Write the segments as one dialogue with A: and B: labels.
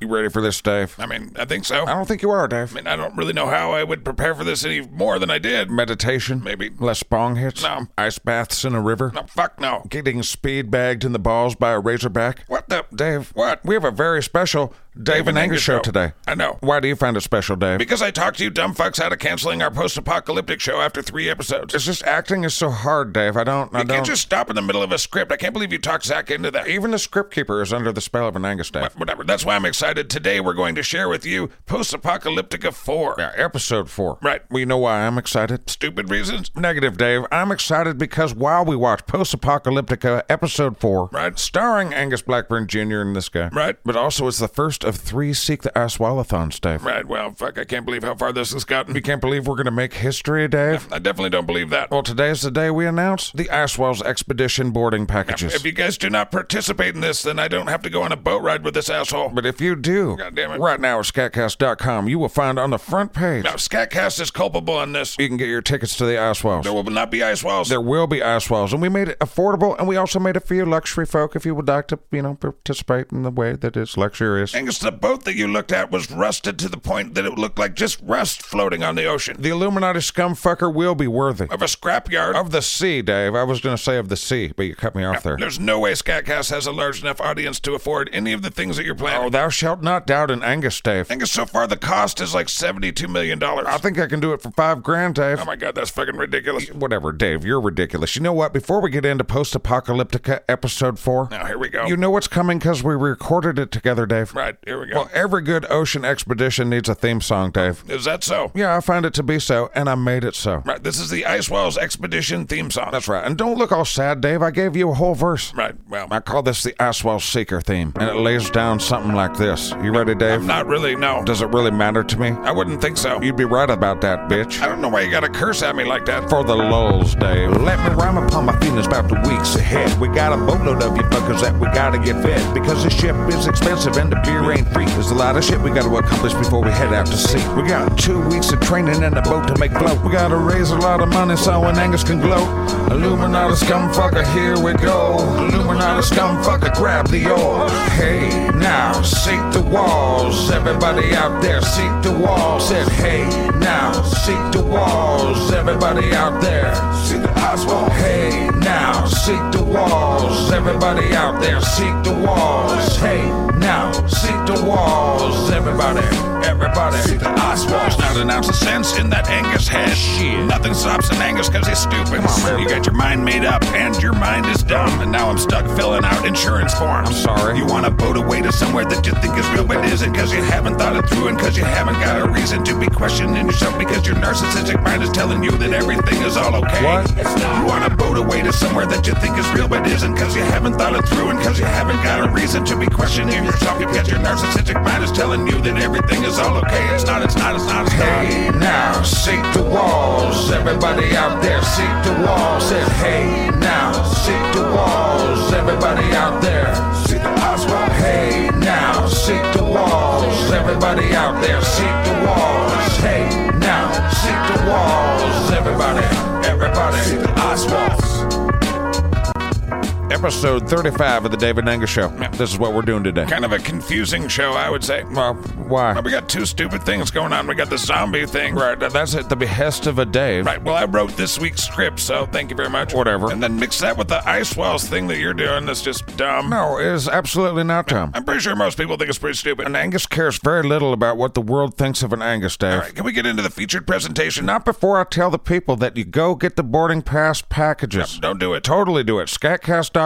A: You ready for this, Dave?
B: I mean, I think so.
A: I don't think you are, Dave.
B: I mean, I don't really know how I would prepare for this any more than I did.
A: Meditation,
B: Maybe.
A: less bong hits,
B: No.
A: ice baths in a river,
B: No, fuck no.
A: getting speed bagged in the balls by a razorback.
B: What the?
A: Dave,
B: What?
A: We have a very special Dave, and Angus show today.
B: I know.
A: Why do you find it special, Dave?
B: Because I talked to you dumb fucks out of canceling our post-apocalyptic show after three episodes.
A: it's just acting is so hard, Dave. I don't. I
B: You can't
A: don't.
B: just stop in the middle of a script. I can't believe you talked Zach into that.
A: Even the script keeper is under the spell of an Angus, Dave.
B: Whatever. That's why I'm excited. Today we're going to share with you Post-Apocalyptica 4.
A: Yeah, episode four.
B: Right.
A: Well, you know why I'm excited?
B: Stupid reasons.
A: Negative, Dave. I'm excited because while we watch Post Apocalyptica episode four,
B: Right.
A: starring Angus Blackburn Jr. and this guy,
B: Right.
A: but also it's the first of three Seek the Aswalathons, Dave.
B: Right. Well, fuck. I can't believe how far this has gotten.
A: You can't believe we're going to make history, Dave?
B: I definitely don't believe that.
A: Well, today's the day we announce the Aswell's expedition boarding packages.
B: If you guys do not participate in this, then I don't have to go on a boat ride with this asshole.
A: But if you do,
B: God damn it.
A: right now at scatcast.com, you will find on the front page
B: Now, Scatcast is culpable on this.
A: you can get your tickets to the Aswells.
B: There will not be ice walls.
A: There will be Aswells, and we made it affordable, and we also made it for you luxury folk if you would like to, you know, participate in the way that is luxurious.
B: Angus, the boat that you looked at was rusted to the point that it looked like just rust floating on the ocean.
A: The Illuminati scumfucker will be worthy.
B: Of a scrapyard.
A: Of the sea, Dave. I was going to say of the sea, but you cut me off there.
B: There's no way Scatcast has a large enough audience to afford any of the things that you're
A: Oh,
B: planning.
A: thou shalt not doubt an Angus, Dave.
B: Angus, so far the cost is like $72 million.
A: I
B: Oh
A: think I can do it for five grand, Dave.
B: my god, that's fucking ridiculous.
A: Whatever, Dave, you're ridiculous. You know what? Before we get into Post Apocalyptica episode four,
B: Now, here we go.
A: you know what's coming because we recorded it together, Dave.
B: Right, here we go.
A: Well, every good ocean expedition needs a theme song, Dave.
B: is that so?
A: Yeah, I found it to be so, and I made it so.
B: Right, this is the Ice Walls Expedition theme song.
A: That's right. And don't look all sad, Dave. I gave you a whole verse.
B: right. Well,
A: I call this the Aswell Seeker theme, and it lays down something like this. You ready, Dave?
B: not really, no.
A: Does it really matter to me?
B: I wouldn't think so.
A: You'd be right about that, bitch.
B: I don't know why you gotta curse at me like that.
A: for the lulls, Dave. Let me rhyme upon my feelings about the weeks ahead. We got a boatload of you fuckers that we gotta get fed. Because this ship is expensive and the beer ain't free. There's a lot of shit we gotta accomplish before we head out to sea. We got two weeks of training and a boat to make float. We gotta raise a lot of money so an Angus can gloat. Illuminati scumfucker, here we go. Illuminati scumfucker, grab the oil. Hey, now, seek the walls. Everybody out there, seek the walls. Said, hey, now, seek the walls. Everybody out there, seek the Oswald. Hey, now, seek the walls. Everybody out there, seek the walls. Hey, now, seek the walls. Everybody, everybody, seek the Oswald.
B: There's not an ounce of sense in that Angus head.
A: Shit.
B: Nothing stops an Angus because he's stupid.
A: man.
B: you got your mind made up and your mind is dumb. And now I'm stuck filling out insurance forms. I'm
A: sorry.
B: You want to boat away to somewhere that you think is real but isn't because you haven't thought it through and because you haven't got a reason to be questioning yourself because your narcissistic mind is telling you that everything is all okay.
A: What?
B: It's not. You want to boat away to somewhere that you think is real but isn't because you haven't thought it through and because you haven't got a reason to be questioning yourself because your narcissistic mind is telling you that everything is all okay. It's not, it's not, it's not, it's not.
A: Hey now, seek the walls. Everybody out there, seek the walls. Said, hey now, seek the walls. Everybody out there, seek the Oswald. Hey now, seek the walls. Everybody out there, seek the walls. Hey now, seek the walls. Everybody, everybody, seek the Oswald. Episode 35 of the David Angus Show. This is what we're doing today.
B: Kind of a confusing show, I would say.
A: Well, why?
B: We got two stupid things going on. We got the zombie thing.
A: Right, that's at the behest of a Dave.
B: Right. Well, I wrote this week's script, so thank you very much.
A: Whatever.
B: And then mix that with the ice wells thing that you're doing. That's just dumb.
A: No, it is absolutely not dumb.
B: I'm pretty sure most people think it's pretty stupid.
A: An Angus cares very little about what the world thinks of an Angus, Dave.
B: All right. Can we get into the featured presentation?
A: Not before I tell the people that you go get the boarding pass packages.
B: Don't do it.
A: Totally do it. Scatcast.com.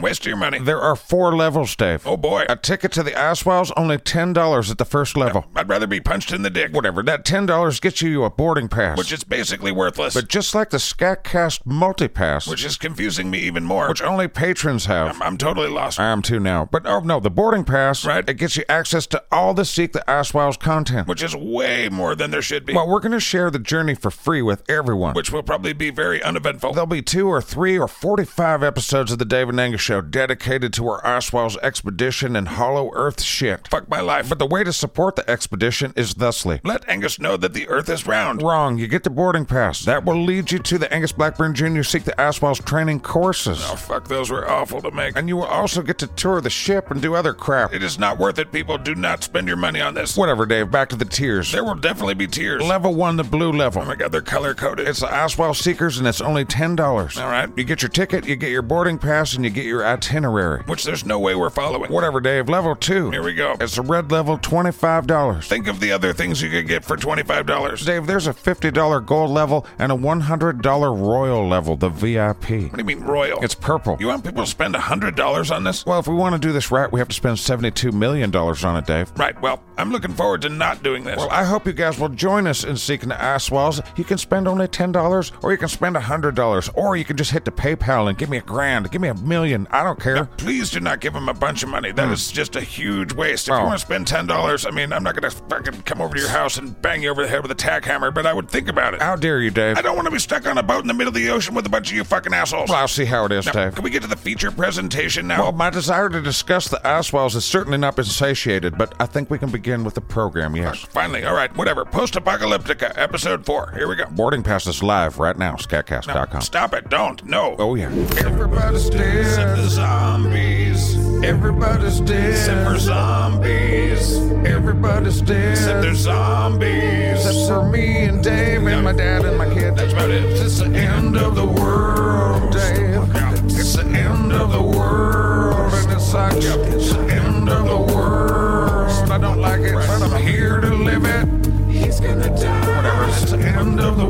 B: Waste your money.
A: There are four levels, Dave.
B: Oh boy.
A: A ticket to the Aswells, only $10 at the first level.
B: I'd rather be punched in the dick.
A: Whatever, that $10 gets you a boarding pass.
B: Which is basically worthless.
A: but just like the Scatcast multipass,
B: which is confusing me even more. oh,
A: which only patrons have.
B: I'm, I'm totally lost.
A: I am too now. But oh no, the boarding pass,
B: Right.
A: it gets you access to all the Seek the Aswells content.
B: Which is way more than there should be.
A: Well, we're going to share the journey for free with everyone.
B: Which will probably be very uneventful.
A: There'll be two or three or 45 episodes of the David Angus show dedicated to our Oswald's expedition and hollow earth shit.
B: Fuck my life.
A: But the way to support the expedition is thusly.
B: Let Angus know that the Earth is round.
A: Wrong, you get the boarding pass. That will lead you to the Angus Blackburn Jr. Seek the Oswald's training courses.
B: Oh, fuck, those were awful to make.
A: And you will also get to tour the ship and do other crap.
B: It is not worth it, people. Do not spend your money on this.
A: Whatever, Dave, back to the tiers.
B: There will definitely be tears.
A: Level 1, the blue level.
B: Oh my god, they're color coded.
A: It's the Oswald Seekers and it's only $10.
B: All right.
A: You get your ticket, you get your boarding pass, and you get your itinerary.
B: Which there's no way we're following.
A: Whatever, Dave, level 2.
B: Here we go.
A: It's a red level, $25.
B: Think of the other things you could get for $25.
A: Dave, there's a $50 gold level and a $100 royal level, the VIP.
B: What do you mean royal?
A: It's purple.
B: You want people to spend $100 on this?
A: Well, if we want to do this right, we have to spend $72 million on it, Dave.
B: Right, well, I'm looking forward to not doing this.
A: Well, I hope you guys will join us in seeking the ice walls. You can spend only $10, or you can spend $100, or you can just hit the PayPal and give me a grand, give me a million. I don't care.
B: Now, please do not give him a bunch of money. That is just a huge waste. If
A: Hmm. Oh.
B: you want to spend $10, I mean, I'm not going to fucking come over to your house and bang you over the head with a tack hammer, but I would think about it.
A: How dare you, Dave?
B: I don't want to be stuck on a boat in the middle of the ocean with a bunch of you fucking assholes.
A: Well, I'll see how it is,
B: Now,
A: Dave.
B: can we get to the feature presentation now?
A: Well, my desire to discuss the ice walls has certainly not been satiated, but I think we can begin with the program, yes.
B: Finally, all right, whatever. Post Apocalyptica, episode four. Here we go.
A: Boarding pass is live right now, scatcast.com.
B: Stop it. Don't. No.
A: Oh, yeah.
B: Everybody's dead except the zombies. Everybody's dead except for zombies. Everybody's dead except there's zombies. Except for me and Dave and my dad and my kid. That's about it. It's the end of the world, Dave. It's the end of the world, and it sucks. It's the end of the world. I don't like it, but I'm here to live it. He's gonna die. Whatever. It's the end of the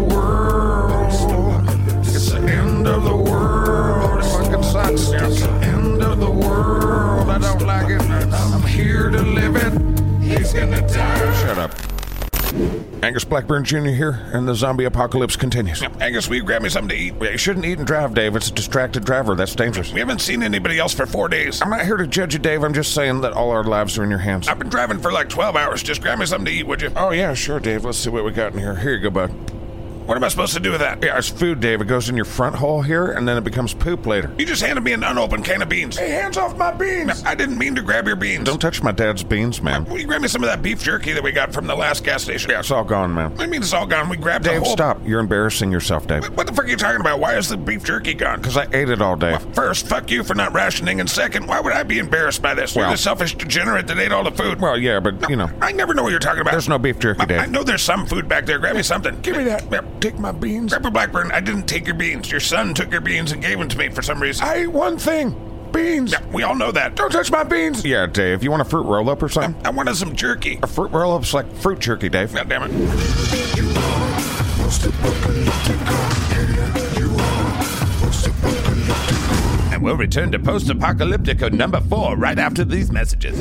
B: world. It's the end of the world. It fucking sucks. It's the end of the world. I don't like it. I'm here to live it. He's gonna die.
A: Shut up. Angus Blackburn Jr. here, and the zombie apocalypse continues.
B: Angus, will you grab me something to eat?
A: You shouldn't eat and drive, Dave. It's a distracted driver. That's dangerous.
B: We haven't seen anybody else for four days.
A: I'm not here to judge you, Dave. I'm just saying that all our lives are in your hands.
B: I've been driving for like 12 hours. Just grab me something to eat, would you? Uh,
A: Oh, yeah, sure, Dave. Let's see what we got in here. Here you go, bud.
B: What am I supposed to do with that?
A: Yeah, it's food, Dave. It goes in your front hole here, and then it becomes poop later.
B: You just handed me an unopened can of beans. Hey, hands off my beans! I didn't mean to grab your beans.
A: Don't touch my dad's beans, man.
B: Will you grab me some of that beef jerky that we got from the last gas station?
A: It's all gone, man.
B: I mean, it's all gone. We grabbed the
A: Dave,
B: whole.
A: stop. You're embarrassing yourself, Dave.
B: What the fuck are you talking about? Why is the beef jerky gone?
A: Because I ate it all, Dave.
B: First, fuck you for not rationing, and second, why would I be embarrassed by this?
A: Well-
B: You're the selfish degenerate that ate all the food.
A: Well, yeah, but, you know,
B: I never know what you're talking about.
A: there's no beef jerky,
B: I
A: Dave.
B: know there's some food back there. Grab me something. Give me that.
A: Take my beans.
B: Grandpa Blackburn, I didn't take your beans. Your son took your beans and gave them to me for some reason.
A: I ate one thing beans.
B: we all know that. Don't touch my beans.
A: Yeah, Dave, you want a fruit roll up or something?
B: I wanted some jerky. Oh,
A: A fruit roll up's like fruit jerky, Dave.
B: God damn it. And we'll return to Post Apocalyptico number four right after these messages.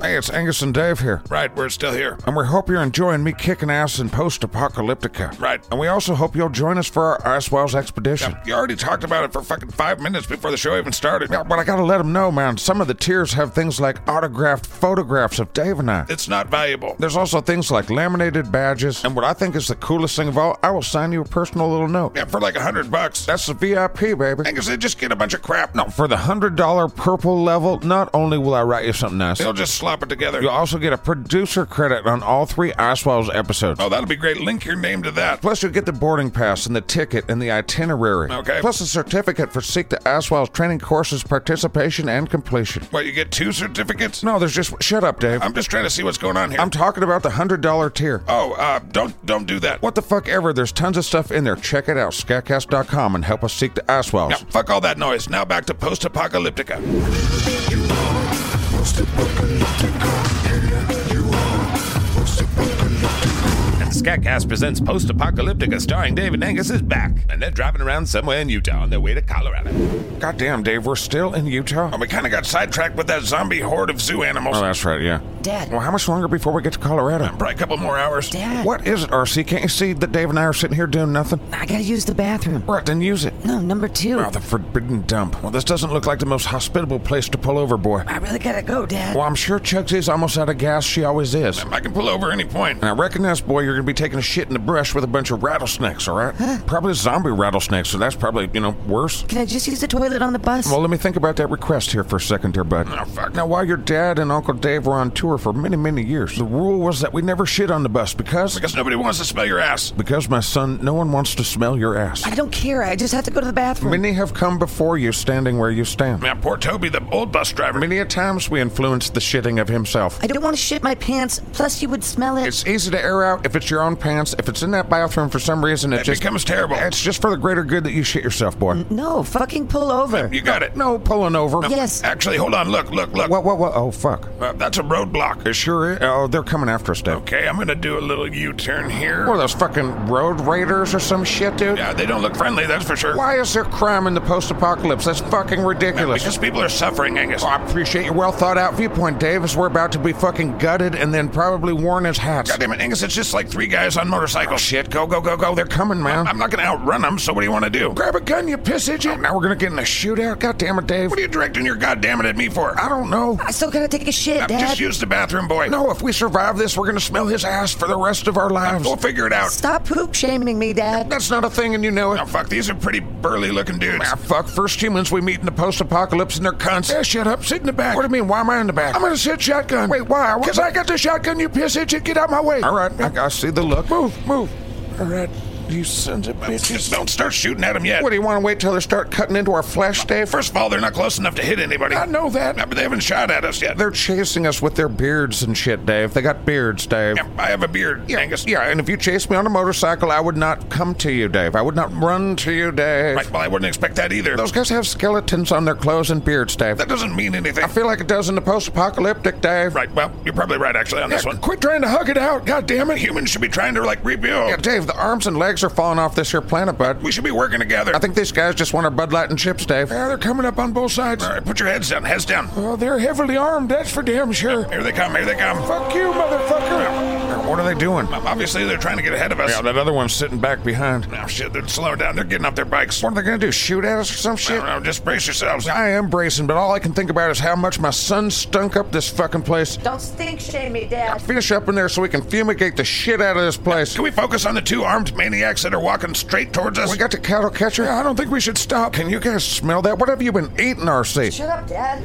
A: Hey, it's Angus and Dave here.
B: Right, we're still here.
A: And we hope you're enjoying me kicking ass in post apocalyptica.
B: Right.
A: And we also hope you'll join us for our Icewell's expedition.
B: You already talked about it for fucking five minutes before the show even started.
A: Yeah, but I gotta let them know, man. Some of the tiers have things like autographed photographs of Dave and I.
B: It's not valuable.
A: There's also things like laminated badges. And what I think is the coolest thing of all, I will sign you a personal little note.
B: Yeah, for like a hundred bucks.
A: That's the VIP, baby.
B: Angus, they just get a bunch of crap. No,
A: For the $100 purple level, not only will I write you something nice,
B: they'll just slop it together.
A: You'll also get a producer credit on all three Oswald's episodes.
B: Oh, that'll be great. Link your name to that.
A: Plus, you'll get the boarding pass and the ticket and the itinerary.
B: Okay.
A: Plus, a certificate for Seek the Oswald's training courses participation and completion.
B: What, you get two certificates?
A: No, there's just. Shut up, Dave.
B: I'm just trying to see what's going on here.
A: I'm talking about the $100 tier.
B: oh, uh, don't don't do that.
A: What the fuck ever? There's tons of stuff in there. Check it out, scatcast.com, and help us seek the Oswald's.
B: Now, fuck all that noise. Now back to Post Apocalyptica.
C: And Scatcast presents Post Apocalyptica starring David Angus is back. And they're driving around somewhere in Utah on their way to Colorado.
A: Goddamn, Dave, we're still in Utah?
B: Oh, We kind of got sidetracked with that zombie horde of zoo animals.
A: Oh, that's right, yeah.
D: Dad.
A: Well, how much longer before we get to Colorado?
B: Probably a couple more hours.
D: Dad.
A: What is it, RC? Can't you see that Dave and I are sitting here doing nothing?
D: I gotta use the bathroom.
A: Right, then use it.
D: No, number two.
A: Oh, the forbidden dump. Well, this doesn't look like the most hospitable place to pull over, boy.
D: I really gotta go, Dad.
A: Well, I'm sure Chugs is almost out of gas. She always is.
B: I can pull over any point.
A: And I reckon this, boy, you're gonna be taking a shit in the brush with a bunch of rattlesnakes, all right? Probably zombie rattlesnakes, so that's probably, you know, worse.
D: Can I just use the toilet on the bus?
A: Well, let me think about that request here for a second, dear bud.
B: Oh, fuck.
A: Now, while your dad and Uncle Dave were on tour for many, many years, the rule was that we never shit on the bus because.
B: Because nobody wants to smell your ass.
A: Because, my son, no one wants to smell your ass.
D: I don't care. I just have to go to the bathroom.
A: Many have come before you standing where you stand.
B: Man, poor Toby, the old bus driver.
A: Many a times we influence the shitting of himself.
D: I don't want to shit my pants. Plus, you would smell it.
A: It's easy to air out if it's your own pants. If it's in that bathroom for some reason, it
B: It
A: just.
B: becomes terrible.
A: It's just for the greater good that you shit yourself, boy.
D: no, fucking pull over.
B: You got it.
A: No pulling over.
D: Yes.
B: Actually, hold on. Look, look, look.
A: What, what, what? Oh, fuck.
B: Uh, that's a roadblock.
A: It sure is. Oh, they're coming after us, Dave.
B: Okay, I'm gonna do a little U-turn here.
A: What are those fucking road raiders or some shit, dude?
B: Yeah, they don't look friendly, that's for sure.
A: Why is there crime in the post apocalypse? That's fucking ridiculous. Oh,
B: Because people are suffering, Angus.
A: I appreciate your well thought out viewpoint, Davis. We're about to be fucking gutted and then probably worn as hats.
B: God damn it, Angus, it's just like three guys on motorcycles.
A: Shit, go, go, go, go. They're coming, man.
B: I'm not gonna outrun them, so what do you wanna do?
A: Grab a gun, you piss idiot. now we're gonna get in a shootout. God damn it, Dave.
B: What are you directing your goddamn it at me for?
A: I don't know.
D: I still gotta take a shit, Dad.
B: Just use the bathroom, boy.
A: No, if we survive this, we're gonna smell his ass for the rest of our lives.
B: We'll figure it out.
D: Stop poop shaming me, Dad.
A: That's not a thing, and you know it.
B: Now, fuck, these are pretty burly looking dudes.
A: Ah, Oh, fuck. First humans we meet in the post-apocalypse and they're cunts. Yeah, shut up. Sit in the back. What do you mean? Why am I in the back? I'm gonna sit shotgun. Wait, why? Because I got the shotgun, you piss idiot. Get out my way. All right. I, I see the look. Move, move. All right. You sons of
B: Just
A: bitches.
B: don't start shooting at them yet.
A: What, do you want to wait till they start cutting into our flesh, Dave?
B: First of all, they're not close enough to hit anybody.
A: I know that.
B: Yeah, but they haven't shot at us yet.
A: They're chasing us with their beards and shit, Dave. They got beards, Dave.
B: Yeah, I have a beard, Angus.
A: Yeah, and if you chased me on a motorcycle, I would not come to you, Dave. I would not run to you, Dave.
B: Right, well, I wouldn't expect that either.
A: Those guys have skeletons on their clothes and beards, Dave.
B: That doesn't mean anything.
A: I feel like it does in the post-apocalyptic, Dave.
B: Right, well, you're probably right, actually, on this one.
A: Quit trying to hug it out, God damn it!
B: Humans should be trying to, like, rebuild.
A: Yeah, Dave, the arms and legs are falling off this here planet, bud.
B: We should be working together.
A: I think these guys just want our Bud Light and chips, Dave. Yeah, they're coming up on both sides.
B: All right, put your heads down, heads down.
A: Oh, they're heavily armed, that's for damn sure.
B: Here they come, here they come.
A: Fuck you, motherfucker! What are they doing?
B: Obviously, they're trying to get ahead of us.
A: Yeah, that other one's sitting back behind.
B: Now, shit, they're slowing down. They're getting off their bikes.
A: What are they gonna do? Shoot at us or some
B: I
A: shit?
B: don't know, just brace yourselves.
A: I am bracing, but all I can think about is how much my son stunk up this fucking place.
D: Don't stink shame me, Dad.
A: Finish up in there so we can fumigate the shit out of this place.
B: Can we focus on the two armed maniacs that are walking straight towards us?
A: We got the cattle catcher. I don't think we should stop. Can you guys smell that? What have you been eating, RC?
D: Shut up, Dad.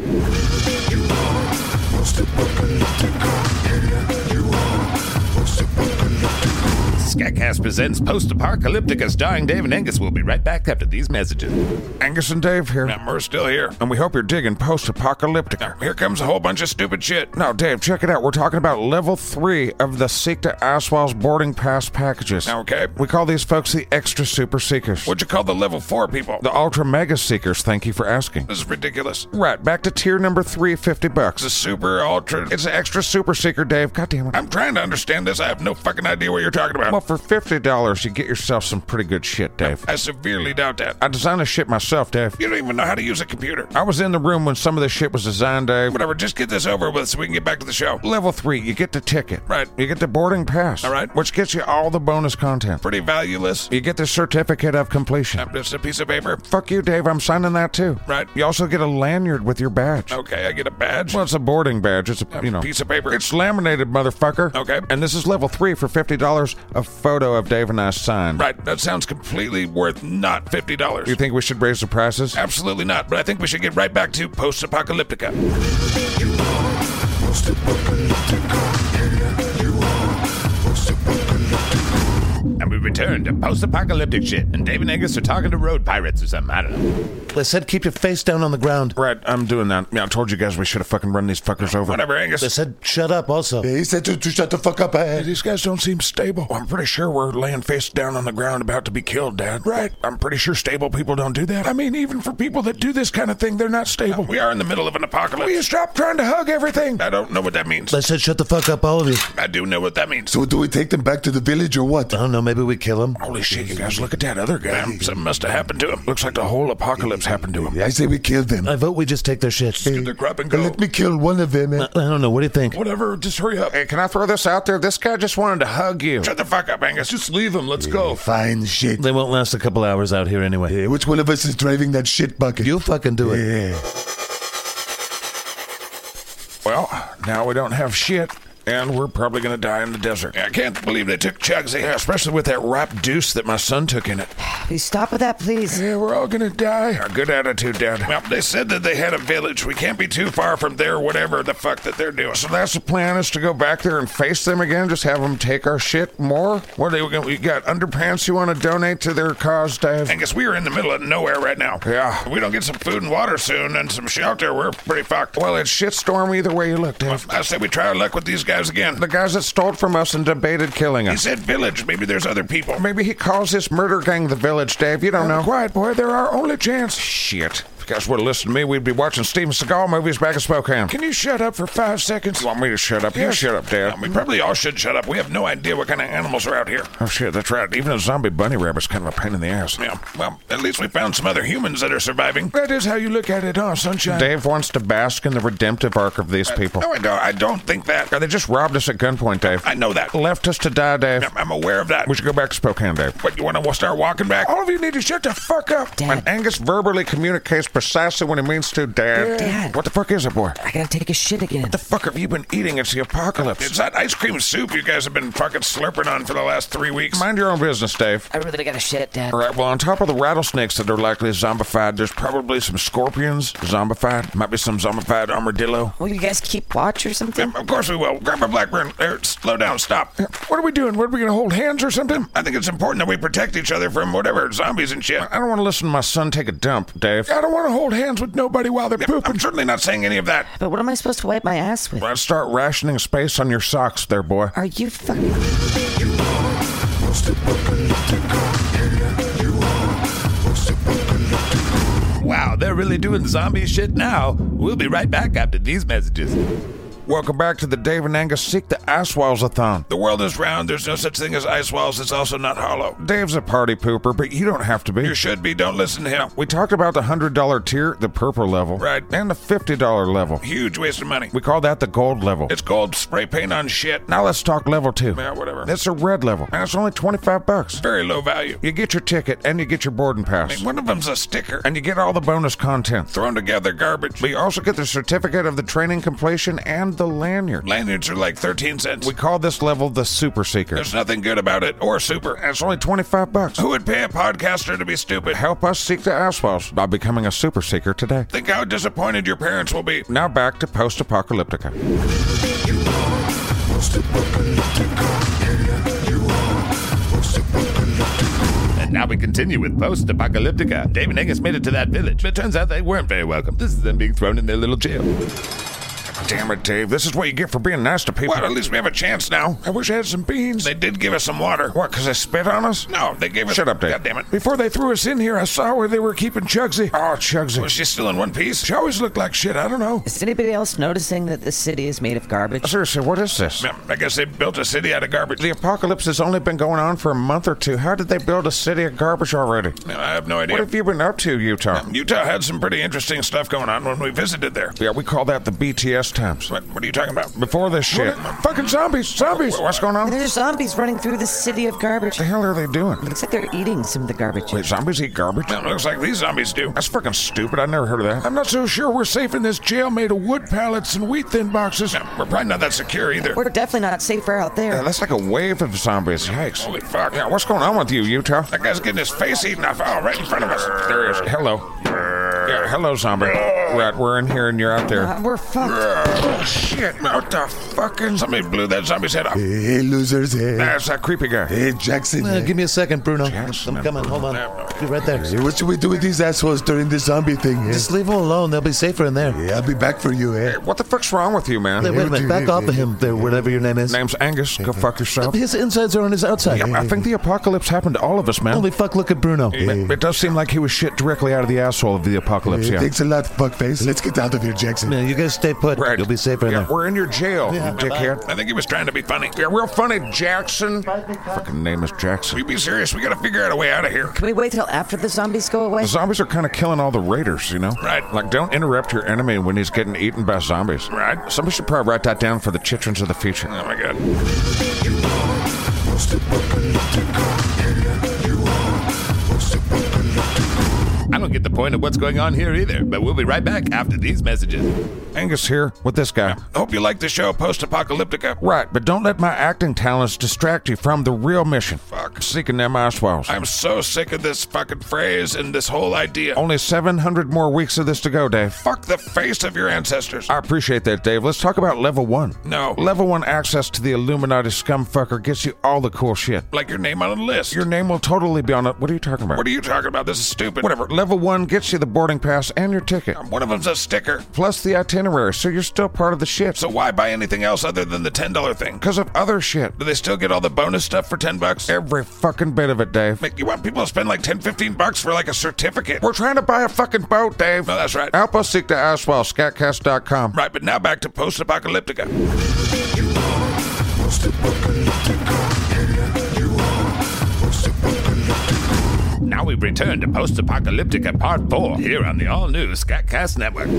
C: Skagcast presents Post Apocalyptica starring Dave and Angus. We'll be right back after these messages.
A: Angus and Dave here.
B: Now, we're still here.
A: And we hope you're digging post apocalyptic.
B: Here comes a whole bunch of stupid shit.
A: Now, Dave, check it out. We're talking about level three of the Seek to Aswell's boarding pass packages.
B: Okay.
A: We call these folks the extra super seekers.
B: What'd you call the level four people?
A: The ultra mega seekers, thank you for asking.
B: This is ridiculous.
A: Right, back to tier number three, 50
B: It's a
A: bucks.
B: super ultra.
A: It's an extra super seeker, Dave. God damn it.
B: I'm trying to understand this. I have no fucking idea what you're talking about.
A: Well, for $50, you get yourself some pretty good shit, Dave.
B: I severely doubt that.
A: I designed this shit myself, Dave.
B: You don't even know how to use a computer.
A: I was in the room when some of this shit was designed, Dave.
B: Whatever, just get this over with so we can get back to the show.
A: Level three, you get the ticket.
B: Right.
A: You get the boarding pass.
B: All right.
A: Which gets you all the bonus content.
B: Pretty valueless.
A: You get the certificate of completion.
B: I'm just a piece of paper.
A: Fuck you, Dave. I'm signing that too.
B: Right.
A: You also get a lanyard with your badge.
B: Okay, I get a badge.
A: Well, it's a boarding badge. It's a you know
B: piece of paper.
A: It's laminated, motherfucker.
B: Okay.
A: And this is level three for fifty dollars. A photo of Dave and I signed.
B: Right, that sounds completely worth not $50.
A: You think we should raise the prices?
B: Absolutely not, but I think we should get right back to post apocalyptica.
C: And we return to post apocalyptic shit. And Dave and Angus are talking to road pirates or something. I don't know.
E: They said keep your face down on the ground.
A: Right. I'm doing that. Yeah, I told you guys we should have fucking run these fuckers over.
B: Whatever,
E: They
B: Angus.
E: said shut up also. He said to, shut the fuck up.
F: eh?"
A: These guys don't seem stable.
B: I'm pretty sure we're laying face down on the ground about to be killed, Dad. Right. I'm pretty sure stable people don't do that. I mean, even for people that do this kind of thing, they're not stable. We are in the middle of an apocalypse. Will you stop trying to hug everything? I don't know what that means.
E: They said shut the fuck up, all of you.
B: I do know what that means.
F: So do we take them back to the village or what?
E: I don't know, maybe we kill kill him.
B: Holy shit, you guys, look at that other guy. Something must have happened to him. Looks like the whole apocalypse happened to him.
F: I say we kill them.
E: I vote we just take their shit.
B: Get the crap and go.
F: Let me kill one of them.
E: I
F: Eh?
E: I don't know. What do you think?
B: Whatever, just hurry up.
A: Hey, can I throw this out there? This guy just wanted to hug you.
B: Shut the fuck up, Angus. Just leave him. Let's go.
F: Fine shit.
E: They won't last a couple hours out here anyway.
F: Eh, Which one of us is driving that shit bucket?
E: You fucking do it.
F: Eh.
B: Well, now we don't have shit, and we're probably gonna die in the desert. I can't believe they took Chugsy, especially with that rap deuce that my son took in it.
D: Will you stop with that, please?
B: Yeah, we're all gonna die. A good attitude, Dad. Well, they said that they had a village. We can't be too far from there, whatever the fuck that they're doing.
A: So that's the plan is to go back there and face them again. Just have them take our shit more. What are they going? You got underpants you want to donate to their cause, Dave?
B: Angus, we are in the middle of nowhere right now.
A: Yeah.
B: If we don't get some food and water soon and some shelter, we're pretty fucked.
A: Well, it's shitstorm either way you look, Dave.
B: I say we try our luck with these guys again.
A: The guys that stole it from us and debated killing
B: He
A: us.
B: said village. Maybe there's other people.
A: Maybe he calls this murder gang the village, Dave. You don't know.
B: Quiet, boy. They're our only chance.
A: Shit. If you guys would have listened to me, we'd be watching Steven Seagal movies back in Spokane.
B: Can you shut up for five seconds?
A: You want me to shut up? You
B: Yes.
A: shut up, Dad.
B: We probably all should shut up. We have no idea what kind of animals are out here.
A: Oh, shit, that's right. Even a zombie bunny rabbit's kind of a pain in the ass.
B: Yeah, well, at least we found some other humans that are surviving.
A: That is how you look at it, huh, Sunshine? Dave wants to bask in the redemptive arc of these people.
B: No, I don't. I don't think that.
A: Yeah, They just robbed us at gunpoint, Dave.
B: I know that.
A: Left us to die, Dave.
B: I'm- I'm aware of that.
A: We should go back to Spokane, Dave.
B: But you want to start walking back?
A: All of you need to shut the fuck up.
D: Dad.
A: When Angus verbally communicates precisely when he means to, Dad.
D: Dad.
A: What the fuck is it, boy?
D: I gotta take a shit again.
A: The fuck have you been eating? It's the apocalypse.
B: It's that ice cream soup you guys have been fucking slurping on for the last three weeks.
A: Mind your own business, Dave.
D: I really gotta shit, Dad.
A: All right, well, on top of the rattlesnakes that are likely zombified, there's probably some scorpions zombified. Might be some zombified armadillo.
D: Will you guys keep watch or something?
B: Um, Of course we will. Grandpa Blackburn, er, slow down, stop.
A: What are we doing? What, are we going to hold hands or something?
B: I think it's important that we protect each other from whatever zombies and shit.
A: I don't want to listen to my son take a dump, Dave.
B: I don't want to hold hands with nobody while they're pooping. I'm certainly not saying any of that.
D: But what am I supposed to wipe my ass with?
A: Well, start rationing space on your socks there, boy.
D: Are you fucking.
C: Wow, they're really doing zombie shit now. We'll be right back after these messages.
A: Welcome back to the Dave and Angus Seek the Ice Walls a thon.
B: The world is round. There's no such thing as ice walls. It's also not hollow.
A: Dave's a party pooper, but you don't have to be.
B: You should be. Don't listen to him.
A: We talked about the $100 tier, the purple level,
B: Right.
A: and the $50 level.
B: Huge waste of money.
A: We call that the gold level.
B: It's gold spray paint on shit. Now,
A: now let's talk level 2.
B: yeah, whatever. That's
A: That's a red level, and it's only 25 bucks.
B: very low value.
A: You get your ticket and you get your boarding
B: I mean,
A: pass.
B: one of them's a sticker and
A: And you get all the bonus content.
B: thrown together garbage.
A: But you also get the certificate of the training completion and the lanyard.
B: Lanyards are like 13 cents.
A: We call this level the Super Seeker.
B: There's nothing good about it or super.
A: It's only 25 bucks.
B: Who would pay a podcaster to be stupid?
A: Help us seek the assholes by becoming a super seeker today.
B: Think how disappointed your parents will be.
A: Now back to post apocalyptica.
C: And now we continue with Post Apocalyptica. David Angus made it to that village, but turns out they weren't very welcome. This is them being thrown in their little jail.
A: Damn it, Dave. This is what you get for being nice to people.
B: Well, at least we have a chance now.
A: I wish I had some beans.
B: They did give us some water.
A: What, because they spit on us?
B: No, they gave us.
A: Shut up, Dave.
B: God damn it.
A: Before they threw us in here, I saw where they were keeping Chugsy. Oh, Chugsy.
B: Was she still in one piece?
A: She always looked like shit. I don't know.
D: Is anybody else noticing that this city is made of garbage?
A: Seriously, what is this?
B: Yeah, I guess they built a city out of garbage.
A: The apocalypse has only been going on for a month or two. How did they build a city of garbage already?
B: I have no idea.
A: What have you been up to, Utah?
B: Utah had some pretty interesting stuff going on when we visited there.
A: Yeah, we call that the BTS times.
B: What, what are you talking about?
A: Before this shit. Fucking zombies! Zombies! What's going on? What
D: There's zombies running through the city of garbage.
A: the hell are they doing?
D: Looks like they're eating some of the garbage.
A: Wait, zombies eat garbage?
B: It looks like these zombies do.
A: That's freaking stupid. I never heard of that.
B: I'm not so sure we're safe in this jail made of wood pallets and wheat thin boxes. we're probably not that secure either.
D: We're definitely not safer out
A: Yeah,
D: there.
A: that's like a wave of zombies. Yikes.
B: Holy fuck.
A: Yeah, what's going on with you, Utah?
B: That guy's getting his face eaten off. Oh, right in front of us. There he is.
A: Hello. Yeah, hello, zombie. Right, we're in here and you're out there.
D: Uh, we're fucked.
B: Oh, shit. What the fucking? Somebody blew that zombie's head off.
F: Hey, losers. Hey,
A: That's that creepy guy.
F: hey Jackson.
E: Uh,
F: eh?
E: give me a second, Bruno.
A: Jackson,
E: I'm coming. Hold on. Be right there.
F: Hey, What should we do with these assholes during the zombie thing? eh?
E: Just leave them alone. They'll be safer in there.
F: Hey, I'll be back for you, eh?
A: What the fuck's wrong with you,
E: Hey,
A: man?
E: wait a minute. Back off of him there, whatever your name is.
A: Name's Angus. Go fuck yourself.
E: His insides are on his outside.
A: Yeah, I think the apocalypse happened to all of us, man.
E: Holy fuck, look at Bruno.
A: It, it does seem like he was shit directly out of the asshole of the apocalypse,
F: Hey,
A: yeah.
F: Thanks a lot, fuck face. Let's get out of here, Jackson.
E: Man, you guys stay put.
A: Right.
E: You'll be safer in
A: yeah,
E: there.
A: We're in your jail, you dickhead.
B: I think he was trying to be funny.
A: You're real funny, Jackson. Fucking name is Jackson.
B: You be serious. We gotta figure out a way out of here.
D: Can we wait till after the zombies go away?
A: The zombies are kind of killing all the raiders, you know?
B: Right.
A: Like, don't interrupt your enemy when he's getting eaten by zombies.
B: Right.
A: Somebody should probably write that down for the chitrons of the future.
B: Oh my god.
C: I don't get the point of what's going on here either, but we'll be right back after these messages.
A: Angus here with this guy.
B: Hope you like the show Post Apocalyptica.
A: Right, but don't let my acting talents distract you from the real mission. Fuck. Seeking them icewalls.
B: I'm so sick of this fucking phrase and this whole idea.
A: Only 700 more weeks of this to go, Dave.
B: Fuck the face of your ancestors.
A: I appreciate that, Dave. Let's talk about level one.
B: No.
A: Level one access to the Illuminati scumfucker gets you all the cool shit.
B: Like your name on a list.
A: Your name will totally be on it. What are you talking about?
B: what are you talking about? This is stupid.
A: Whatever. Level one gets you the boarding pass and your ticket,
B: One of them's a sticker.
A: plus the itinerary, so you're still part of the shit.
B: So why buy anything else other than the $10 thing?
A: because of other shit.
B: Do they still get all the bonus stuff for 10 bucks?
A: Every fucking bit of it, Dave.
B: Make- You want people to spend like 10, 15 bucks for like a certificate?
A: We're trying to buy a fucking boat, Dave.
B: No, that's right.
A: Help us seek the Aswell, scatcast.com.
B: Right, but now back to post apocalyptica.
C: Now we return to Post Apocalyptica Part 4 here on the all new Scatcast Network.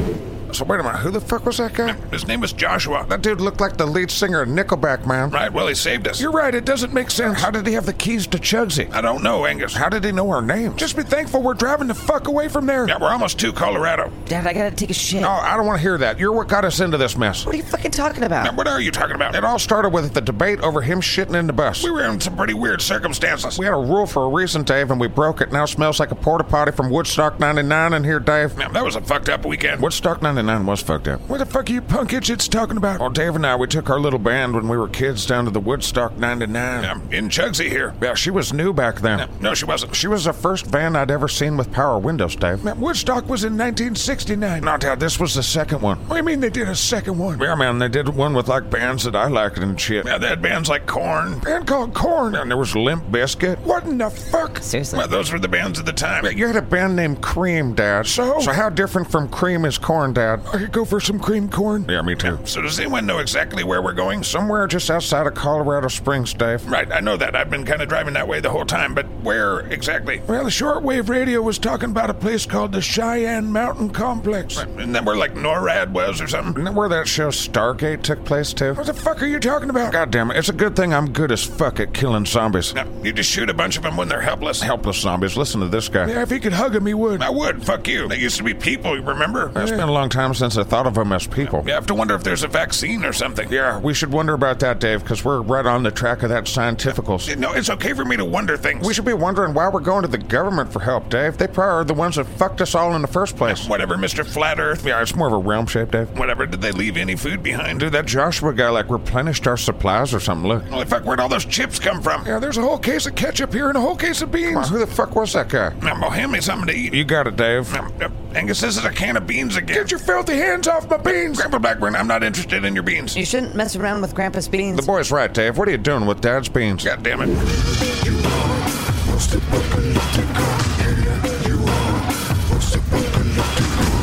A: So wait a minute, who the fuck was that guy?
B: His name is Joshua.
A: That dude looked like the lead singer of Nickelback, man.
B: Right, well, he saved us.
A: You're right, it doesn't make sense. How did he have the keys to Chugsy?
B: I don't know, Angus.
A: How did he know our names? Just be thankful we're driving the fuck away from there.
B: Yeah, we're almost to Colorado.
D: Dad, I gotta take a shit.
A: Oh, I don't want to hear that. You're what got us into this mess.
D: What are you fucking talking about?
B: Now, what are you talking about?
A: It all started with the debate over him shitting in the bus.
B: We were in some pretty weird circumstances.
A: We had a rule for a reason, Dave, and we broke it. Now it smells like a porta potty from Woodstock 99 in here, Dave.
B: Man, that was a fucked up weekend.
A: Woodstock 99 was fucked up. What the fuck are you punk idiots talking about? Well, Dave and I, we took our little band when we were kids down to the Woodstock 99.
B: I'm in Chugsy here.
A: Yeah, she was new back then.
B: No, she wasn't.
A: She was the first van I'd ever seen with power windows, Dave. Man, Woodstock was in 1969. No, Dad, this was the second one. What do you mean they did a second one? Yeah, man, they did one with like bands that I liked and shit.
B: Yeah, they had bands like Corn.
A: Band called Corn, and there was Limp Biscuit. What in the fuck?
D: Seriously?
B: Well, those were the bands at the time.
A: You had a band named Cream, Dad. So? So how different from Cream is corn, Dad? I could go for some cream corn. Yeah, me too.
B: So does anyone know exactly where we're going?
A: Somewhere just outside of Colorado Springs, Dave.
B: Right, I know that. I've been kind of driving that way the whole time, but where exactly?
A: Well, the shortwave radio was talking about a place called the Cheyenne Mountain Complex.
B: Isn't that where like NORAD was or something?
A: Isn't that where that show Stargate took place, too? What the fuck are you talking about? God damn it, it's a good thing I'm good as fuck at killing zombies.
B: No, you just shoot a bunch of them when they're helpless.
A: Helpless zombies, listen to this guy.
E: if he could hug him, he would.
B: I would. Fuck you. They used to be people, you remember?
A: It's been a long time since I thought of them as people.
B: You have to wonder if there's a vaccine or something.
A: Yeah, we should wonder about that, Dave, because we're right on the track of that scientificals.
B: No, it's okay for me to wonder things.
A: We should be wondering why we're going to the government for help, Dave. They probably are the ones that fucked us all in the first place.
B: Whatever, Mr. Flat Earth.
A: Yeah, it's more of a realm shape, Dave.
B: Whatever, did they leave any food behind?
A: Dude, that Joshua guy like replenished our supplies or something. Look.
B: Holy fuck, where'd all those chips come from?
A: Yeah, there's a whole case of ketchup here and a whole case of beans. who the fuck was that guy?
B: Now, well, hand me something to eat.
A: You got it, Dave.
B: Um, uh, Angus, this is a can of beans again.
A: Get your filthy hands off my beans!
B: Grandpa Blackburn, I'm not interested in your beans.
D: You shouldn't mess around with Grandpa's beans.
A: The boy's right, Dave. What are you doing with Dad's beans?
B: God damn it.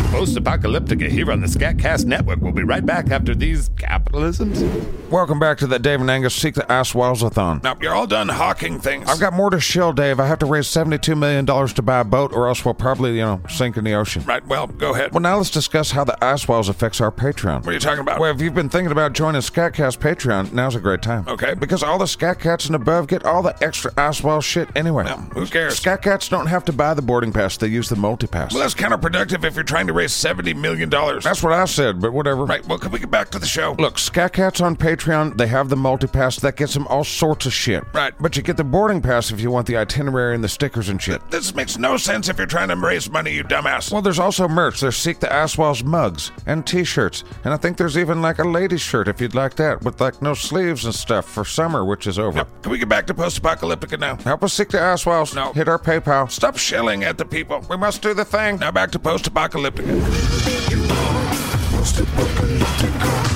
C: Post Apocalyptica here on the Scatcast Network. We'll be right back after these capitalisms.
A: Welcome back to the Dave and Angus Seek the Ice Walls-a-thon.
B: Now, you're all done hawking things.
A: I've got more to shill, Dave. I have to raise $72 million to buy a boat or else we'll probably, you know, sink in the ocean.
B: Right, well, go ahead.
A: Well, now let's discuss how the ice walls affects our Patreon.
B: What are you talking about?
A: Well, if you've been thinking about joining Scatcast Patreon, now's a great time.
B: Okay.
A: Because all the Scatcats and above get all the extra ice wall shit anyway.
B: Well, who cares?
A: Scatcats don't have to buy the boarding pass, they use the multi-pass.
B: Well, that's counterproductive if you're trying to raise $70 million.
A: That's what I said, but whatever.
B: right, well, can we get back to the show?
A: Look, Scatcats on Patreon, they have the multi-pass that gets them all sorts of shit.
B: Right.
A: But you get the boarding pass if you want the itinerary and the stickers and shit.
B: This makes no sense if you're trying to raise money, you dumbass.
A: Well, there's also merch. There's Seek the Asswalls mugs and T-shirts, and I think there's even like a ladies' shirt if you'd like that, with like no sleeves and stuff for summer, which is over.
B: Can we get back to post apocalyptica now?
A: Help us Seek the Asswalls.
B: No.
A: Hit our PayPal.
B: Stop shilling at the people.
A: We must do the thing.
B: Now back to post apocalyptica.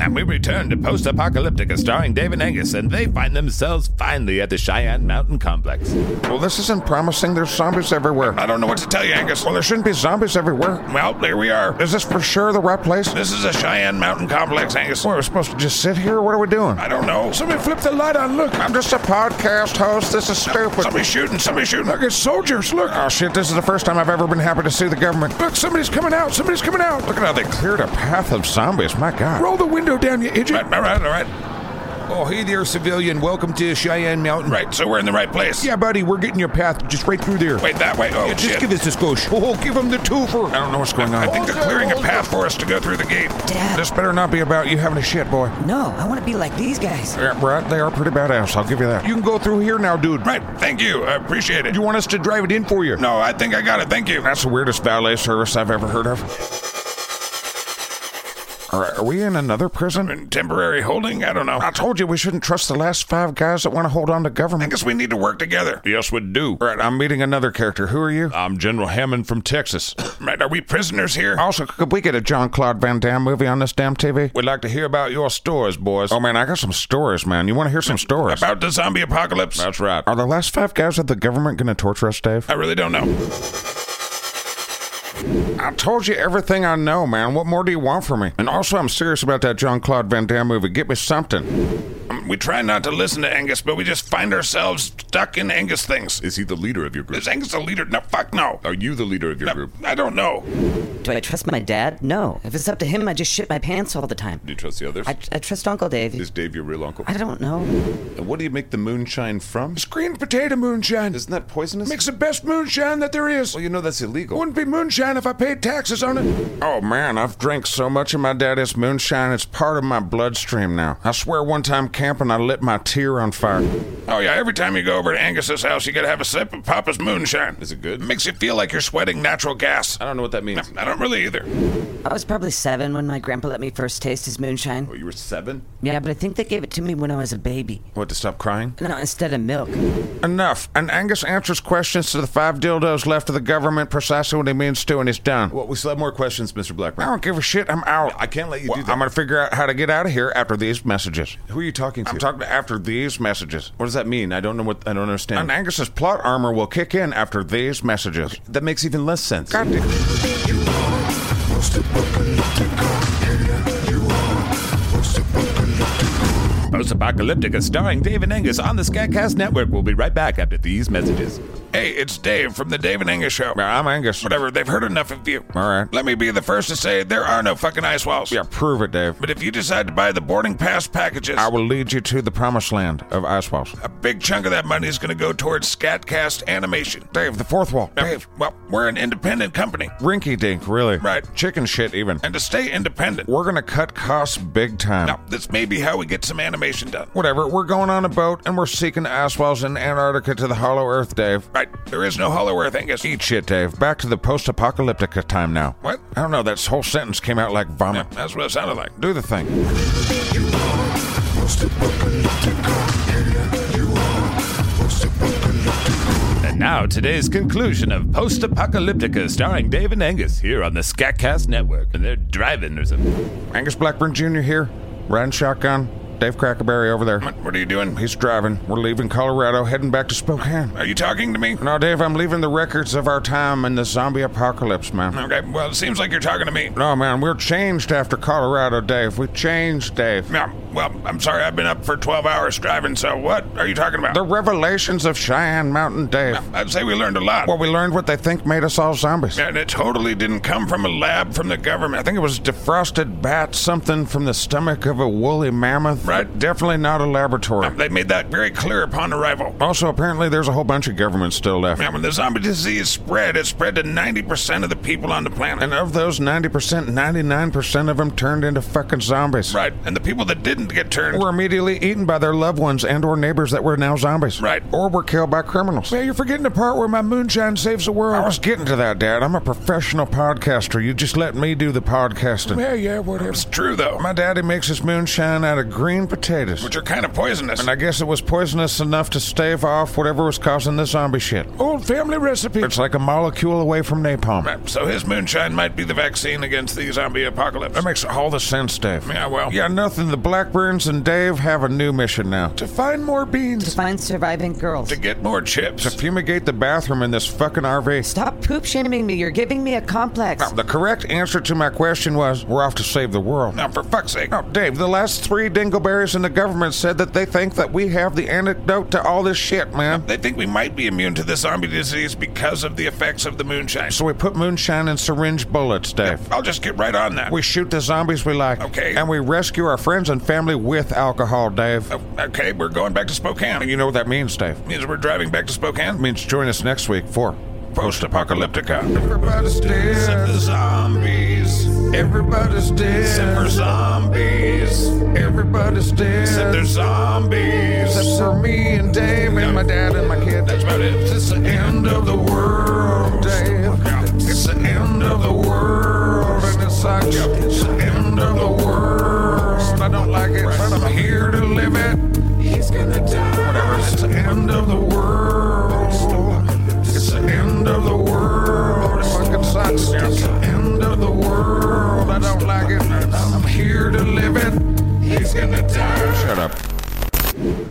C: Now we return to Post Apocalyptica starring David Angus, and they find themselves finally at the Cheyenne Mountain Complex.
A: Well, this isn't promising. There's zombies everywhere.
B: I don't know what to tell you, Angus.
A: Well, there shouldn't be zombies everywhere.
B: Well, there we are.
A: Is this for sure the right place?
B: This is a Cheyenne Mountain complex, Angus.
A: We're supposed to just sit here? What are we doing?
B: I don't know.
A: Somebody flip the light on. Look, I'm just a podcast host. This is stupid.
B: Somebody's shooting. Somebody's shooting. Look, it's
A: soldiers. Look. Oh, shit. This is the first time I've ever been happy to see the government. Look, somebody's coming out. Somebody's coming out. Look at how they cleared a path of zombies. My God.
B: Roll the window down, you idiot. All right, all right, all right.
A: Oh, hey there, civilian. Welcome to Cheyenne Mountain.
B: Right, so we're in the right place.
A: Yeah, buddy, we're getting your path just right through there.
B: Wait, that way. Oh,
A: Yeah, just
B: shit.
A: give us this go. Oh, give him the twofer.
B: I don't know what's going on. I think they're clearing a path for us to go through the gate.
D: Dad,
A: This better not be about you having a shit, boy.
D: no, I want to be like these guys.
A: Yeah, right, they are pretty badass. I'll give you that. You can go through here now, dude.
B: Right, thank you. I appreciate it.
A: You want us to drive it in for you?
B: No, I think I got it. Thank you.
A: That's the weirdest valet service I've ever heard of. All right, are we in another prison?
B: In temporary holding? I don't know.
A: I
B: I
A: told you we shouldn't trust the last five guys that want to hold on to government.
B: guess we need to work together.
C: Yes, we do.
A: All right, I'm meeting another character. Who are you?
C: I'm General Hammond from Texas.
B: Right, are we prisoners here?
A: Also, could we get a John Claude Van Damme movie on this damn TV?
C: We'd like to hear about your stories, boys.
A: Oh man, I got some stories, man. You want to hear some stories?
B: About the zombie apocalypse?
C: That's right.
A: Are the last five guys of the government going to torture us, Dave?
B: I really don't know.
A: I told you everything I know, man. What more do you want from me? And also, I'm serious about that John Claude Van Damme movie. Get me something.
B: Um, We try not to listen to Angus, but we just find ourselves stuck in Angus things.
C: Is he the leader of your group?
B: Is Angus the leader? No, fuck no.
C: Are you the leader of your
B: No,
C: group?
B: I don't know.
D: Do I trust my dad? No. If it's up to him, I just shit my pants all the time.
C: Do you trust the others?
D: I, I trust Uncle Dave.
C: Is Dave your real uncle?
D: I don't know.
C: And what do you make the moonshine from?
A: Green potato moonshine.
C: Isn't that poisonous?
A: Makes the best moonshine that there is.
C: well, you know that's illegal.
A: Wouldn't be moonshine if I paid taxes on it. Oh man, I've drank so much of my daddy's moonshine, it's part of my bloodstream now. I swear one time camping, I lit my tear on fire.
B: Oh, yeah, every time you go over to Angus's house, you gotta have a sip of Papa's moonshine.
C: Is it good?
B: It makes you feel like you're sweating natural gas.
C: I don't know what that means.
B: I don't really either.
D: I was probably seven when my grandpa let me first taste his moonshine.
C: Oh, you were seven?
D: Yeah, but I think they gave it to me when I was a baby.
A: What to stop crying?
D: No, instead of milk.
A: Enough. And Angus answers questions to the five dildos left of the government precisely what he means to, and he's done.
C: Well, we still have more questions, Mr.
A: I
C: Blackburn.
A: don't give a shit. I'm out.
C: I can't let you do
A: Well,
C: that.
A: I'm gonna figure out how to get out of here after these messages.
C: Who are you talking to?
A: I'm talking after these messages.
C: What does that mean? I don't know what. I don't understand.
A: And Angus's plot armor will kick in after these messages.
C: that makes even less sense.
A: God damn.
C: Post Apocalyptica starring David Angus on the Skycast Network. We'll be right back after these messages.
B: Hey, it's Dave from the Dave and Angus Show.
A: I'm Angus.
B: Whatever, they've heard enough of you.
A: All right.
B: Let me be the first to say there are no fucking ice walls.
A: Yeah, prove it, Dave.
B: But if you decide to buy the boarding pass packages,
A: I will lead you to the promised land of ice walls.
B: a big chunk of that money is gonna go towards Scatcast Animation.
A: Dave, the fourth wall.
B: Now, well, we're an independent company.
A: Rinky dink, really.
B: Right.
A: Chicken shit, even.
B: And to stay independent,
A: We're gonna cut costs big time.
B: now, this may be how we get some animation done.
A: Whatever, we're going on a boat and we're seeking ice walls in Antarctica to the hollow earth, Dave.
B: Right, there is no Hollow Earth, Angus.
A: Eat shit, Dave. Back to the post apocalyptica time now.
B: What?
A: I don't know, that whole sentence came out like vomit.
B: That's what it sounded like.
A: Do the thing.
C: And now, today's conclusion of Post Apocalyptica starring Dave and Angus here on the Scatcast Network. And they're driving or something.
A: Angus Blackburn Jr. here, riding shotgun. Dave Crackerberry over there.
B: What, what are you doing?
A: He's driving. We're leaving Colorado, heading back to Spokane.
B: Are you talking to me?
A: No, Dave, I'm leaving the records of our time in the zombie apocalypse, man.
B: Okay, well, it seems like you're talking to me.
A: No, man, we're changed after Colorado, Dave. We changed, Dave.
B: Yeah, well, I'm sorry, I've been up for 12 hours driving, so what are you talking about?
A: The revelations of Cheyenne Mountain, Dave.
B: I'd say we learned a lot.
A: Well, we learned what they think made us all zombies.
B: and it totally didn't come from a lab from the government.
A: I think it was defrosted bat something from the stomach of a woolly mammoth.
B: Right.
A: Definitely not a laboratory.
B: They made that very clear upon arrival.
A: also, apparently, there's a whole bunch of governments still left.
B: Now, when the zombie disease spread, it spread to 90% of the people on the planet.
A: And of those 90%, 99% of them turned into fucking zombies.
B: right, and the people that didn't didn't get turned.
A: were immediately eaten by their loved ones and or neighbors that were now zombies.
B: Right.
A: Or were killed by criminals. Yeah, you're forgetting the part where my moonshine saves the world. I was getting to that, Dad. I'm a professional podcaster. You just let me do the podcasting.
B: Yeah, yeah, whatever. It's true though,
A: My daddy makes his moonshine out of green potatoes.
B: which are kind of poisonous.
A: And I guess it was poisonous enough to stave off whatever was causing the zombie shit.
B: old family recipe.
A: It's like a molecule away from napalm.
B: Right, So his moonshine might be the vaccine against the zombie apocalypse.
A: That makes all the sense, Dave.
B: Yeah, well,
A: Yeah, nothing. The Blackburns and Dave have a new mission now.
B: To find more
D: To
B: beans.
D: find surviving girls.
B: To get more chips.
A: Fumigate the bathroom in this fucking RV.
D: Stop poop shaming me. You're giving me a complex.
A: Now, the correct answer to my question was, we're off to save the world.
B: Now, for fuck's sake.
A: Oh, Dave, the last three dingleberries in the government said that they think that we have the antidote to all this shit, man.
B: They think we might be immune to the zombie disease because of the effects of the moonshine.
A: So we put moonshine in syringe bullets, Dave.
B: I'll just get right on that.
A: We shoot the zombies we like.
B: Okay.
A: And we rescue our friends and family with alcohol, Dave.
B: Oh, okay, we're going back to Spokane.
A: You know what that means, Dave. It
B: means we're driving back to Spokane.
A: means join us next week for
B: Post apocalyptica. Everybody's dead. Except the zombies. Everybody's dead. Except for zombies. Everybody's dead. Except there's zombies. Except for me and Dave and my dad and my kid. That's about it. It's the end of the world, Dave. It's the end of the world. And it sucks. It's the end of the world. I don't like it, but I'm here to live it. He's gonna die. Whatever. It's the end of the world. It's the end of the world. It fucking sucks. It's the end of the world. I don't like it. I'm here to live it. He's gonna die. Shut up.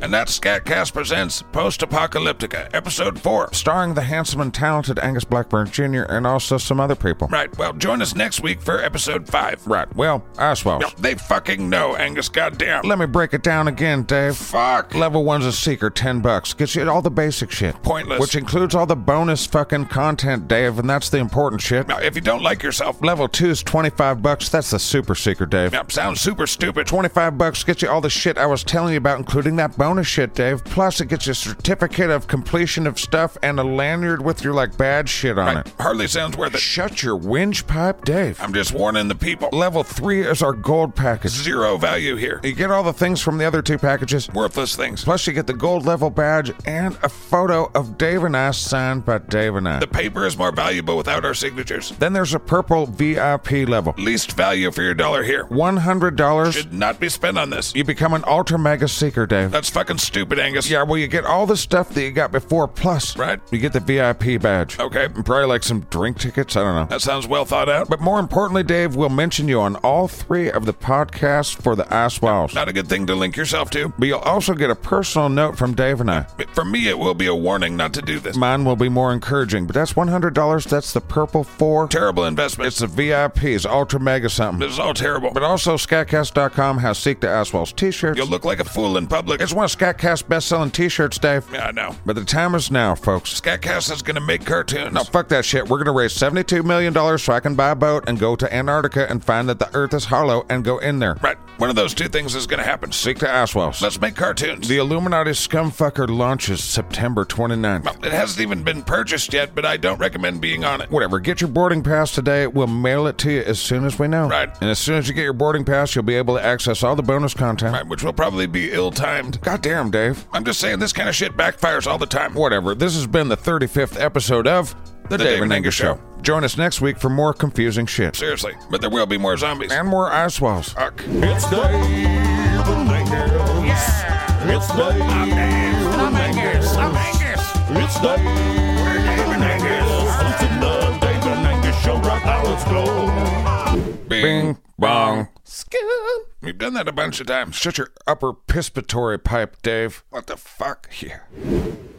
B: And that's Scatcast presents Post Apocalyptica, episode four.
A: starring the handsome and talented Angus Blackburn Jr. and also some other people.
B: Right. Well, join us next week for episode five.
A: Right. Well, I suppose.
B: Yeah, They fucking know, Angus. Goddamn.
A: Let me break it down again, Dave.
B: Fuck.
A: Level one's a seeker, ten bucks. Gets you all the basic shit.
B: Pointless.
A: Which includes all the bonus fucking content, Dave, and that's the important shit.
B: Now, if you don't like yourself,
A: Level two's twenty-five bucks. That's the super seeker, Dave.
B: now, sounds super stupid.
A: 25 bucks gets you all the shit I was telling you about, including that bonus shit, Dave. Plus, it gets you a certificate of completion of stuff and a lanyard with your, like, bad shit on
B: Right.
A: it.
B: Hardly sounds worth it.
A: Shut your windpipe, Dave.
B: I'm just warning the people.
A: Level 3 is our gold package.
B: Zero value here.
A: You get all the things from the other two packages.
B: Worthless things.
A: Plus, you get the gold level badge and a photo of Dave and I signed by Dave and I.
B: The paper is more valuable without our signatures.
A: Then there's a purple VIP level.
B: Least value for your dollar here.
A: $100.
B: Should not be spent on this.
A: You become an ultra mega seeker, Dave.
B: That's fucking stupid, Angus.
A: Yeah, well, you get all the stuff that you got before, plus
B: Right.
A: you get the VIP badge.
B: Okay.
A: And probably like some drink tickets. I don't know.
B: That sounds well thought out, but
A: But more importantly, Dave, we'll mention you on all three of the podcasts for the Ice Walls.
B: not a good thing to link yourself to.
A: But you'll also get a personal note from Dave and I.
B: But For me, it will be a warning not to do this.
A: Mine will be more encouraging, but that's $100. That's the purple four.
B: Terrible investment.
A: It's the VIPs, ultra mega something.
B: this is all terrible.
A: But also, Scatcast.com has Seek the Ice Walls t shirts.
B: You'll look like a fool in public.
A: It's one of Scatcast's best selling t shirts, Dave.
B: yeah, I know.
A: But the time is now, folks.
B: Scatcast is gonna make cartoons.
A: No, fuck that shit. We're gonna raise seventy-two million dollars so I can buy a boat and go to Antarctica and find that the Earth is hollow and go in there.
B: Right. One of those two things is gonna happen.
A: Seek to Aswells.
B: Let's make cartoons.
A: The Illuminati Scumfucker launches September 29th.
B: Well, it hasn't even been purchased yet, but I don't recommend being on it.
A: Whatever. Get your boarding pass today. We'll mail it to you as soon as we know.
B: Right.
A: And as soon as you get your boarding pass, you'll be able to access all the bonus content.
B: Right, which will probably be ill-timed.
A: God damn, Dave.
B: I'm just saying this kind of shit backfires all the time.
A: Whatever. This has been the 35th episode of The, Dave, and Angus Show. Join us next week for more confusing shit.
B: Seriously. But there will be more zombies.
A: And more Aswells.
B: Fuck.
G: It's Dave and Angus. It's Dave and Angus. It's Dave and Angus. It's the Dave and Angus show right now. Let's go.
A: Bing, bong.
B: We've done that a bunch of times.
A: Shut your upper pispatory pipe, Dave.
B: What the fuck? Yeah.